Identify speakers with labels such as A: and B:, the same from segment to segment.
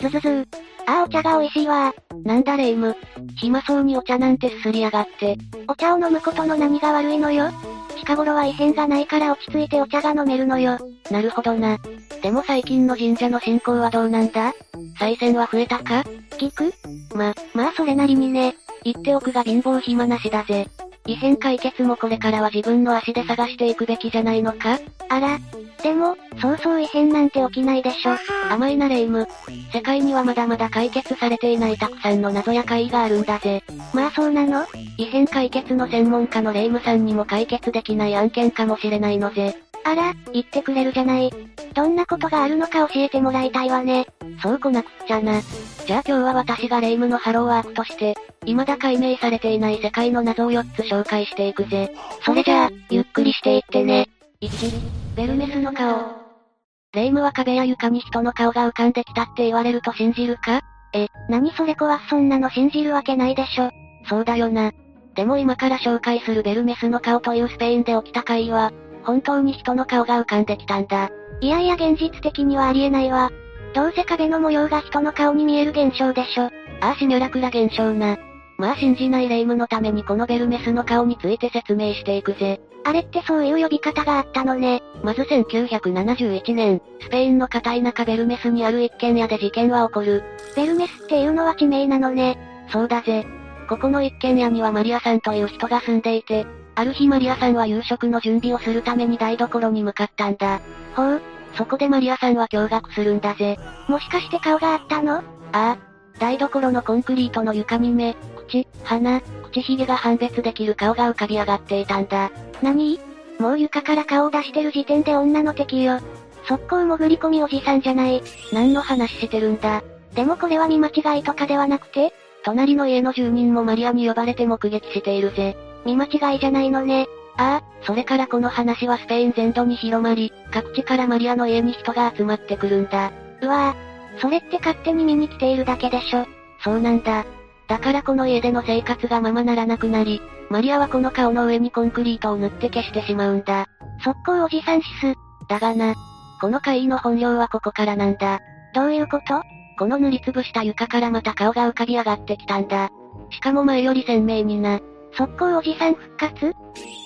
A: ズズズー。あーお茶が美味しいわ
B: なんだレイム。暇そうにお茶なんてすすりやがって。
A: お茶を飲むことの何が悪いのよ近頃は異変がないから落ち着いてお茶が飲めるのよ。
B: なるほどな。でも最近の神社の信仰はどうなんだ再選は増えたか
A: 聞く
B: ま、
A: まあそれなりにね。
B: 言っておくが貧乏暇なしだぜ。異変解決もこれからは自分の足で探していくべきじゃないのか
A: あら。でも、そうそう異変なんて起きないでしょ。
B: 甘いなレイム。世界にはまだまだ解決されていないたくさんの謎や怪異があるんだぜ。
A: まあそうなの
B: 異変解決の専門家のレイムさんにも解決できない案件かもしれないのぜ。
A: あら、言ってくれるじゃない。どんなことがあるのか教えてもらいたいわね。
B: そうこなくっちゃな。じゃあ今日は私がレイムのハローワークとして、未だ解明されていない世界の謎を4つ紹介していくぜ。それじゃあ、ゆっくりしていってね。1、ベルメスの顔。レイムは壁や床に人の顔が浮かんできたって言われると信じるか
A: 何それ怖っそんなの信じるわけないでしょ。
B: そうだよな。でも今から紹介するベルメスの顔というスペインで起きた怪異は、本当に人の顔が浮かんできたんだ。
A: いやいや現実的にはありえないわ。どうせ壁の模様が人の顔に見える現象でしょ。
B: ああ、シニュラクラ現象な。まあ信じないレイムのためにこのベルメスの顔について説明していくぜ。
A: あれってそういう呼び方があったのね。
B: まず1971年、スペインの片田舎ベルメスにある一軒家で事件は起こる。
A: ベルメスっていうのは地名なのね。
B: そうだぜ。ここの一軒家にはマリアさんという人が住んでいて、ある日マリアさんは夕食の準備をするために台所に向かったんだ。
A: ほう、
B: そこでマリアさんは驚愕するんだぜ。
A: もしかして顔があったの
B: ああ、台所のコンクリートの床に目、口、鼻、口ひげが判別できる顔が浮かび上がっていたんだ。
A: 何もう床から顔を出してる時点で女の敵よ。速攻潜り込みおじさんじゃない。
B: 何の話してるんだ
A: でもこれは見間違いとかではなくて、
B: 隣の家の住人もマリアに呼ばれて目撃しているぜ。
A: 見間違いじゃないのね。
B: ああ、それからこの話はスペイン全土に広まり、各地からマリアの家に人が集まってくるんだ。
A: うわぁ、それって勝手に見に来ているだけでしょ。
B: そうなんだ。だからこの家での生活がままならなくなり、マリアはこの顔の上にコンクリートを塗って消してしまうんだ。
A: 速攻おじさんシス。
B: だがな、この怪異の本領はここからなんだ。
A: どういうこと
B: この塗りつぶした床からまた顔が浮かび上がってきたんだ。しかも前より鮮明にな。
A: 速攻おじさん復活っ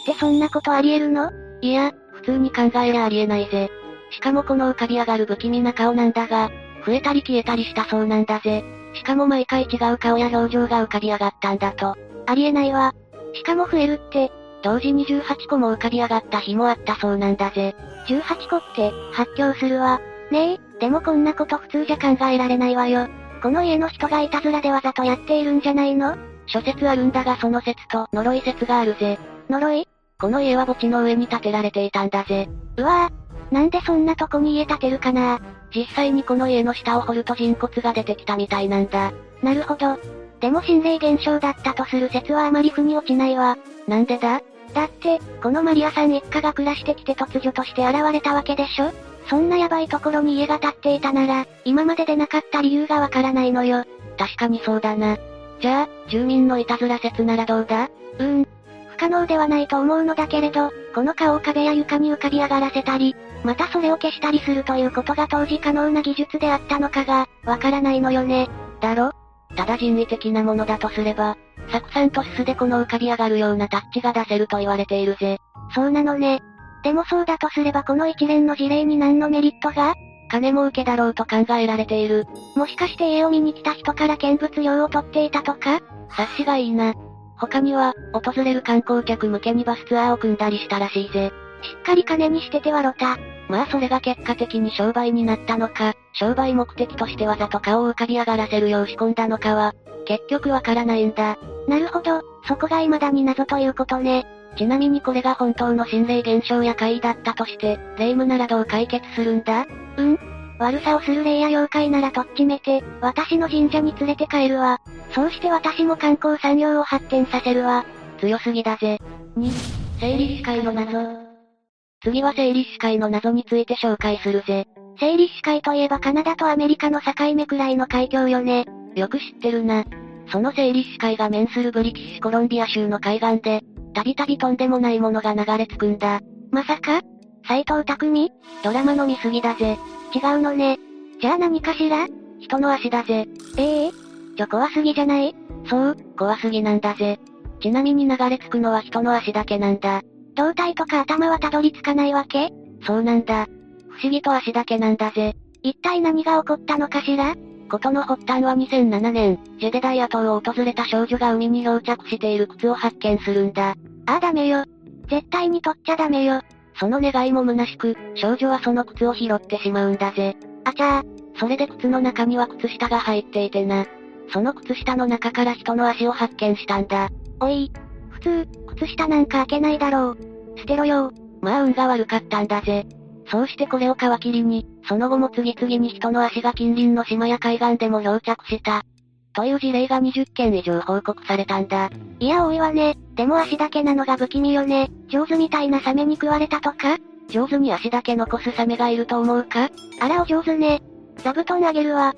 A: てそんなことありえるの
B: いや、普通に考えりゃありえないぜ。しかもこの浮かび上がる不気味な顔なんだが、増えたり消えたりしたそうなんだぜ。しかも毎回違う顔や表情が浮かび上がったんだと。
A: ありえないわ。しかも増えるって、
B: 同時に18個も浮かび上がった日もあったそうなんだぜ。
A: 18個って、発狂するわ。ねえ、でもこんなこと普通じゃ考えられないわよ。この家の人がいたずらでわざとやっているんじゃないの
B: 諸説あるんだがその説と呪い説があるぜ。
A: 呪い
B: この家は墓地の上に建てられていたんだぜ。
A: うわぁ、なんでそんなとこに家建てるかな
B: 実際にこの家の下を掘ると人骨が出てきたみたいなんだ。
A: なるほど。でも心霊現象だったとする説はあまり腑に落ちないわ。
B: なんでだ
A: だって、このマリアさん一家が暮らしてきて突如として現れたわけでしょそんなヤバいところに家が建っていたなら、今まででなかった理由がわからないのよ。
B: 確かにそうだな。じゃあ、住民のいたずら説ならどうだ
A: うーん。不可能ではないと思うのだけれど、この顔を壁や床に浮かび上がらせたり、またそれを消したりするということが当時可能な技術であったのかが、わからないのよね。
B: だろただ人為的なものだとすれば、酢酸とすすでこの浮かび上がるようなタッチが出せると言われているぜ。
A: そうなのね。でもそうだとすればこの一連の事例に何のメリットが
B: 金儲けだろうと考えられている。
A: もしかして家を見に来た人から見物料を取っていたとか
B: 察しがいいな。他には、訪れる観光客向けにバスツアーを組んだりしたらしいぜ。
A: しっかり金にしててはろた。
B: まあそれが結果的に商売になったのか、商売目的としてわざと顔を浮かび上がらせるよう仕込んだのかは、結局わからないんだ。
A: なるほど、そこが未だに謎ということね。
B: ちなみにこれが本当の心霊現象や怪異だったとして、霊夢ならどう解決するんだ
A: 悪さをする霊や妖怪ならとっちめて、私の神社に連れて帰るわ。そうして私も観光産業を発展させるわ。
B: 強すぎだぜ。2、生理士会の謎。次は生理士会の謎について紹介するぜ。
A: 整理士会といえばカナダとアメリカの境目くらいの海峡よね。
B: よく知ってるな。その生理士会が面するブリティッシュコロンビア州の海岸で、たびたびとんでもないものが流れ着くんだ。
A: まさか
B: 斎藤匠ドラマの見過ぎだぜ。
A: 違うのね。じゃあ何かしら
B: 人の足だぜ。
A: ええちょ怖すぎじゃない
B: そう、怖すぎなんだぜ。ちなみに流れ着くのは人の足だけなんだ。
A: 胴体とか頭はたどり着かないわけ
B: そうなんだ。不思議と足だけなんだぜ。
A: 一体何が起こったのかしら
B: ことの発端は2007年、ジェデダイア島を訪れた少女が海に漂着している靴を発見するんだ。
A: ああダメよ。絶対に取っちゃダメよ。
B: その願いも虚しく、少女はその靴を拾ってしまうんだぜ。
A: あちゃ
B: それで靴の中には靴下が入っていてな。その靴下の中から人の足を発見したんだ。
A: ー、おい。普通、靴下なんか開けないだろう。捨てろよ。
B: まあ運が悪かったんだぜ。そうしてこれを皮切りに、その後も次々に人の足が近隣の島や海岸でも漂着した。という事例が20件以上報告されたんだ。
A: いや多いわね。でも足だけなのが不気味よね。上手みたいなサメに食われたとか
B: 上手に足だけ残すサメがいると思うか
A: あらお上手ね。座布団あげるわ。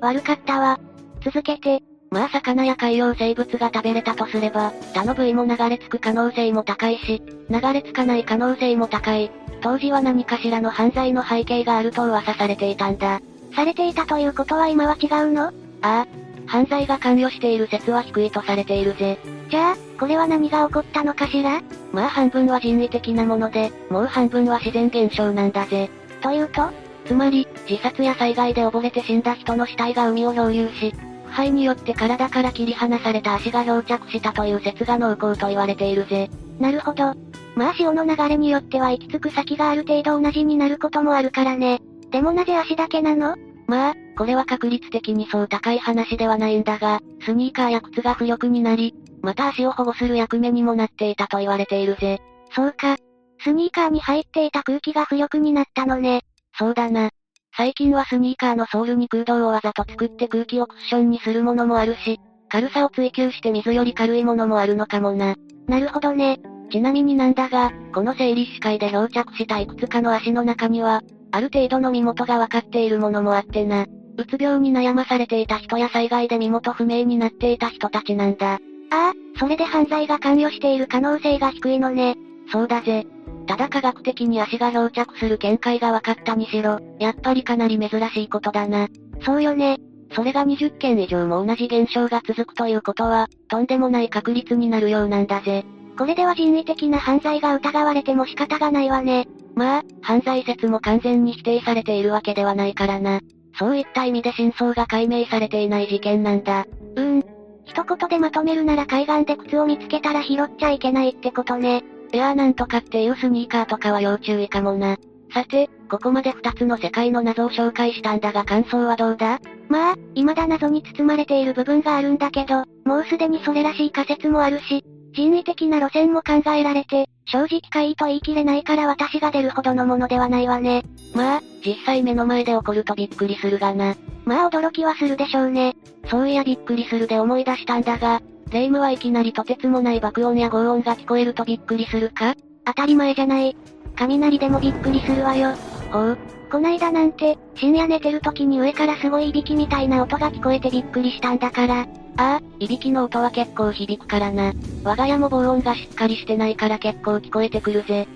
A: 悪かったわ。続けて、
B: まあ魚や海洋生物が食べれたとすれば、他の部位も流れ着く可能性も高いし、流れ着かない可能性も高い。当時は何かしらの犯罪の背景があると噂されていたんだ。あ
A: されていたということは今は違うの
B: あ、犯罪が関与している説は低いとされているぜ。
A: じゃあ、これは何が起こったのかしら
B: まあ半分は人為的なもので、もう半分は自然現象なんだぜ。
A: というと
B: つまり、自殺や災害で溺れて死んだ人の死体が海を漂流し、腐敗によって体から切り離された足が漂着したという説が濃厚と言われているぜ。
A: なるほど。まあ潮の流れによっては行き着く先がある程度同じになることもあるからね。でもなぜ足だけなの
B: まあ、これは確率的にそう高い話ではないんだが、スニーカーや靴が浮力になり、また足を保護する役目にもなっていたと言われているぜ。
A: そうか。スニーカーに入っていた空気が浮力になったのね。
B: そうだな。最近はスニーカーのソールに空洞をわざと作って空気をクッションにするものもあるし、軽さを追求して水より軽いものもあるのかもな。
A: なるほどね。
B: ちなみになんだが、この整理士会で漂着したいくつかの足の中には、ある程度の身元が分かっているものもあってな。うつ病に悩まされていた人や災害で身元不明になっていた人たちなんだ。
A: ああ、それで犯罪が関与している可能性が低いのね。
B: そうだぜ。ただ科学的に足が漂着する見解が分かったにしろ、やっぱりかなり珍しいことだな。
A: そうよね。
B: それが20件以上も同じ現象が続くということは、とんでもない確率になるようなんだぜ。
A: これでは人為的な犯罪が疑われても仕方がないわね。
B: まあ、犯罪説も完全に否定されているわけではないからな。そういった意味で真相が解明されていない事件なんだ。
A: うーん。一言でまとめるなら海岸で靴を見つけたら拾っちゃいけないってことね。
B: いやーなんとかっていうスニーカーとかは要注意かもな。さて、ここまで2つの世界の謎を紹介したんだが感想はどうだ
A: まあ、未だ謎に包まれている部分があるんだけど、もうすでにそれらしい仮説もあるし、人為的な路線も考えられて、正直かいいと言い切れないから私が出るほどのものではないわね。
B: まあ、実際目の前で起こるとびっくりするがな。
A: まあ驚きはするでしょうね。
B: そういやびっくりするで思い出したんだが、霊夢はいきなりとてつもない爆音や轟音が聞こえるとびっくりするか
A: 当たり前じゃない。雷でもびっくりするわよ。
B: ほう、
A: こないだなんて、深夜寝てる時に上からすごいいびきみたいな音が聞こえてびっくりしたんだから、
B: ああ、いびきの音は結構響くからな。我が家も防音がしっかりしてないから結構聞こえてくるぜ。ん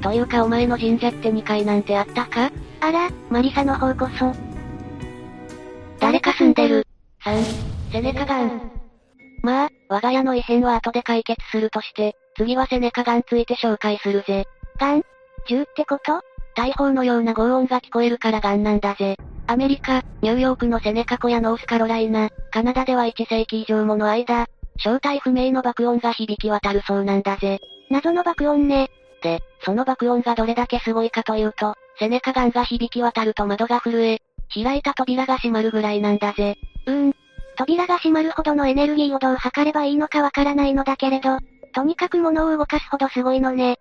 B: というかお前の神社って2階なんてあったか
A: あら、マリサの方こそ、
B: 誰か住んでる。3、セネカガン。まあ、我が家の異変は後で解決するとして、次はセネカガンついて紹介するぜ。
A: ガン銃ってこと
B: 大砲のような轟音が聞こえるからガンなんだぜ。アメリカ、ニューヨークのセネカ湖やノースカロライナ、カナダでは1世紀以上もの間、正体不明の爆音が響き渡るそうなんだぜ。
A: 謎の爆音ね。
B: で、その爆音がどれだけすごいかというと、セネカガンが響き渡ると窓が震え、開いた扉が閉まるぐらいなんだぜ。
A: うーん。扉が閉まるほどのエネルギーをどう測ればいいのかわからないのだけれど、とにかく物を動かすほどすごいのね。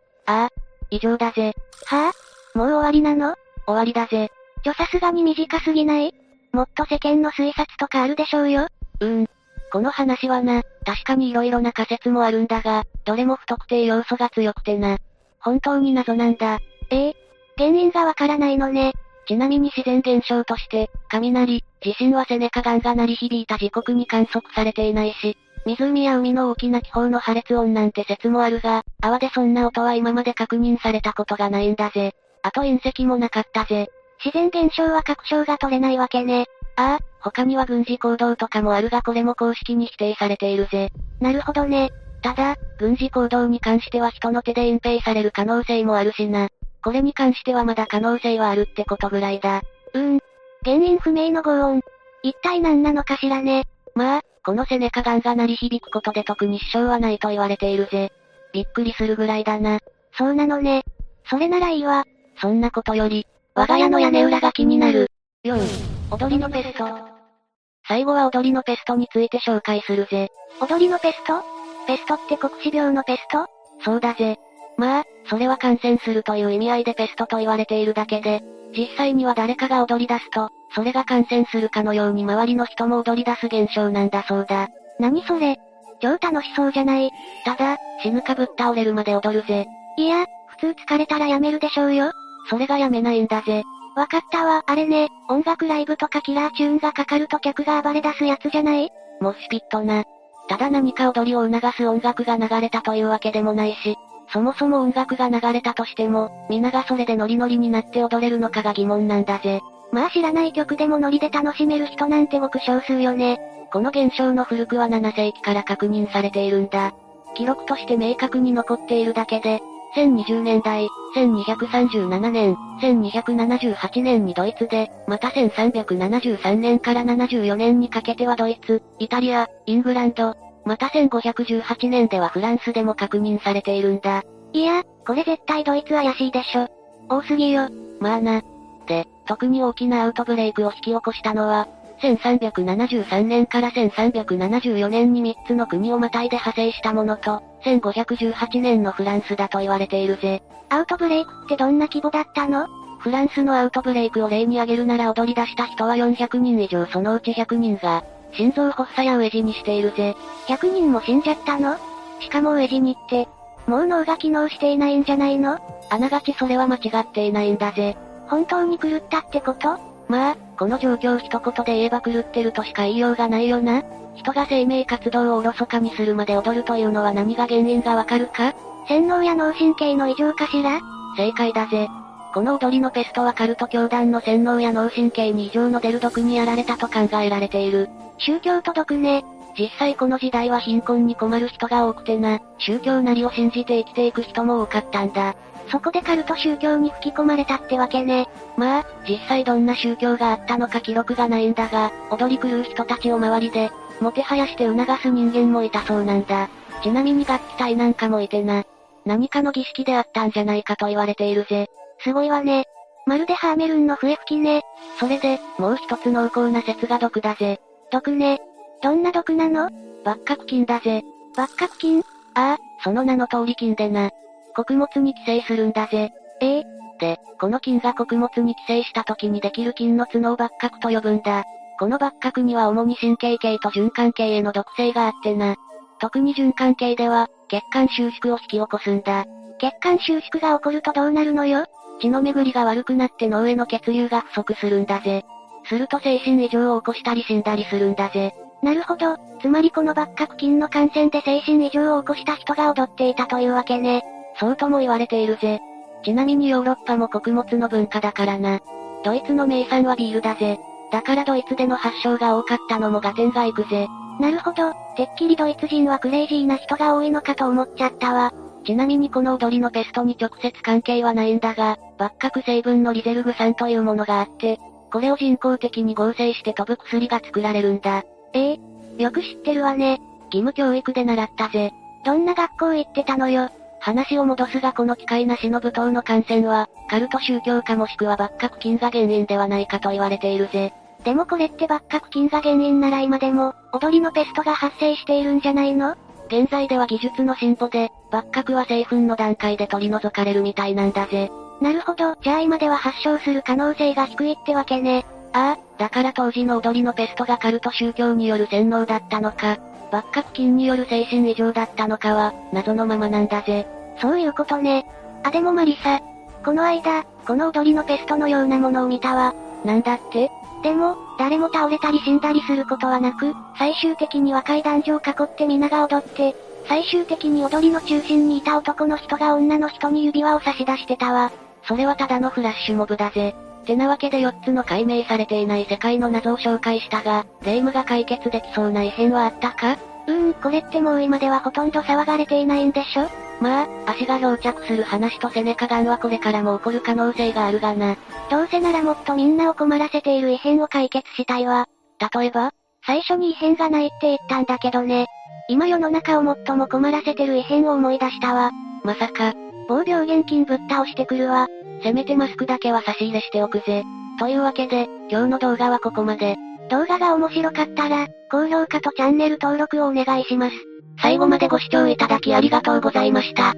B: 以上だぜ。
A: はぁ、もう終わりなの
B: 終わりだぜ。
A: ちょさすがに短すぎないもっと世間の推察とかあるでしょうよ。
B: うーん。この話はな、確かに色々な仮説もあるんだが、どれも不特定要素が強くてな。本当に謎なんだ。
A: ええ原因がわからないのね。
B: ちなみに自然現象として、雷、地震はセネカガンが鳴り響いた時刻に観測されていないし、湖や海の大きな気泡の破裂音なんて説もあるが、泡でそんな音は今まで確認されたことがないんだぜ。あと隕石もなかったぜ。
A: 自然現象は確証が取れないわけね。
B: ああ、他には軍事行動とかもあるがこれも公式に否定されているぜ。
A: なるほどね。
B: ただ、軍事行動に関しては人の手で隠蔽される可能性もあるしな。これに関してはまだ可能性はあるってことぐらいだ。
A: うーん。原因不明の轟音。一体何なのかしらね。
B: まあ、このセネカガンが鳴り響くことで特に支障はないと言われているぜ。びっくりするぐらいだな。
A: そうなのね。それならいいわ。
B: そんなことより、我が家の屋根裏が気になる。よい、踊りのペスト。最後は踊りのペストについて紹介するぜ。
A: 踊りのペストペストって国死病のペスト
B: そうだぜ。まあ、それは感染するという意味合いでペストと言われているだけで、実際には誰かが踊り出すと、それが感染するかのように周りの人も踊り出す現象なんだそうだ。
A: 何それ超楽しそうじゃない。
B: ただ、死ぬかぶっ倒れるまで踊るぜ。
A: いや、普通疲れたらやめるでしょうよ。
B: それがやめないんだぜ。
A: わかったわ、あれね。音楽ライブとかキラーチューンがかかると客が暴れ出すやつじゃない
B: モッシュピットな。ただ何か踊りを促す音楽が流れたというわけでもないし、そもそも音楽が流れたとしても、皆がそれでノリノリになって踊れるのかが疑問なんだぜ。
A: まあ知らない曲でもノリで楽しめる人なんてごく少数よね。
B: この現象の古くは7世紀から確認されているんだ。記録として明確に残っているだけで、1020年代、1237年、1278年にドイツで、また1373年から74年にかけてはドイツ、イタリア、イングランド、また1518年ではフランスでも確認されているんだ。
A: いや、これ絶対ドイツ怪しいでしょ。多すぎよ。
B: まあな。で、特に大きなアウトブレイクを引き起こしたのは、1373年から1374年に3つの国をまたいで派生したものと、1518年のフランスだと言われているぜ。
A: アウトブレイクってどんな規模だったの
B: フランスのアウトブレイクを例に挙げるなら踊り出した人は400人以上そのうち100人が、心臓発作や飢え死にしているぜ。
A: ?100 人も死んじゃったのしかも飢え死にって、もう脳が機能していないんじゃないの
B: あながちそれは間違っていないんだぜ。
A: 本当に狂ったってこと
B: まあ、この状況一言で言えば狂ってるとしか言いようがないよな。人が生命活動をおろそかにするまで踊るというのは何が原因がわかるか
A: 洗脳や脳神経の異常かしら
B: 正解だぜ。この踊りのペストはカルト教団の洗脳や脳神経に異常の出る毒にやられたと考えられている。
A: 宗教と毒ね。
B: 実際この時代は貧困に困る人が多くてな、宗教なりを信じて生きていく人も多かったんだ。
A: そこでカルト宗教に吹き込まれたってわけね。
B: まあ、実際どんな宗教があったのか記録がないんだが、踊り狂う人たちを周りで、もてはやして促す人間もいたそうなんだ。ちなみに楽器隊なんかもいてな。何かの儀式であったんじゃないかと言われているぜ。
A: すごいわね。まるでハーメルンの笛吹きね。
B: それで、もう一つ濃厚な説が毒だぜ。
A: 毒ね。どんな毒なの
B: 幕閣菌だぜ。
A: 幕閣菌
B: ああ、その名の通り菌でな。穀物に寄生するんだぜ。
A: ええ
B: で、この菌が穀物に寄生した時にできる菌の角を幕閣と呼ぶんだ。この幕閣には主に神経系と循環系への毒性があってな。特に循環系では、血管収縮を引き起こすんだ。
A: 血管収縮が起こるとどうなるのよ
B: 血の巡りが悪くなって脳への血流が不足するんだぜ。すると精神異常を起こしたり死んだりするんだぜ。
A: なるほど。つまりこの幕閣菌の感染で精神異常を起こした人が踊っていたというわけね。
B: そうとも言われているぜ。ちなみにヨーロッパも穀物の文化だからな。ドイツの名産はビールだぜ。だからドイツでの発症が多かったのも合点がいくぜ。
A: なるほど。てっきりドイツ人はクレイジーな人が多いのかと思っちゃったわ。
B: ちなみにこの踊りのペストに直接関係はないんだが、幕閣成分のリゼルグ酸というものがあって、これを人工的に合成して飛ぶ薬が作られるんだ。
A: ええよく知ってるわね。
B: 義務教育で習ったぜ。
A: どんな学校行ってたのよ。
B: 話を戻すがこの機械なしの舞踏の感染は、カルト宗教かもしくは幕閣菌が原因ではないかと言われているぜ。
A: でもこれって幕閣菌が原因なら今でも、踊りのペストが発生しているんじゃないの
B: 現在では技術の進歩で、幕閣は製粉の段階で取り除かれるみたいなんだぜ。
A: なるほど。じゃあ今では発症する可能性が低いってわけね。
B: ああ、だから当時の踊りのペストがカルト宗教による洗脳だったのか、幕閣菌による精神異常だったのかは、謎のままなんだぜ。
A: そういうことね。あ、でもマリサ。この間、この踊りのペストのようなものを見たわ。
B: なんだって
A: でも、誰も倒れたり死んだりすることはなく、最終的に若い男女を囲って皆が踊って、最終的に踊りの中心にいた男の人が女の人に指輪を差し出してたわ。
B: それはただのフラッシュモブだぜ。てなわけで4つの解明されていない世界の謎を紹介したが、霊夢が解決できそうな異変はあったか
A: うーん、これってもう今ではほとんど騒がれていないんでしょ
B: まあ、足が漂着する話とセネカガンはこれからも起こる可能性があるがな。
A: どうせならもっとみんなを困らせている異変を解決したいわ。
B: 例えば
A: 最初に異変がないって言ったんだけどね。今世の中を最も困らせてる異変を思い出したわ。
B: まさか、
A: 某病原菌ぶっ倒してくるわ。
B: せめてマスクだけは差し入れしておくぜ。というわけで、今日の動画はここまで。
A: 動画が面白かったら、高評価とチャンネル登録をお願いします。
B: 最後までご視聴いただきありがとうございました。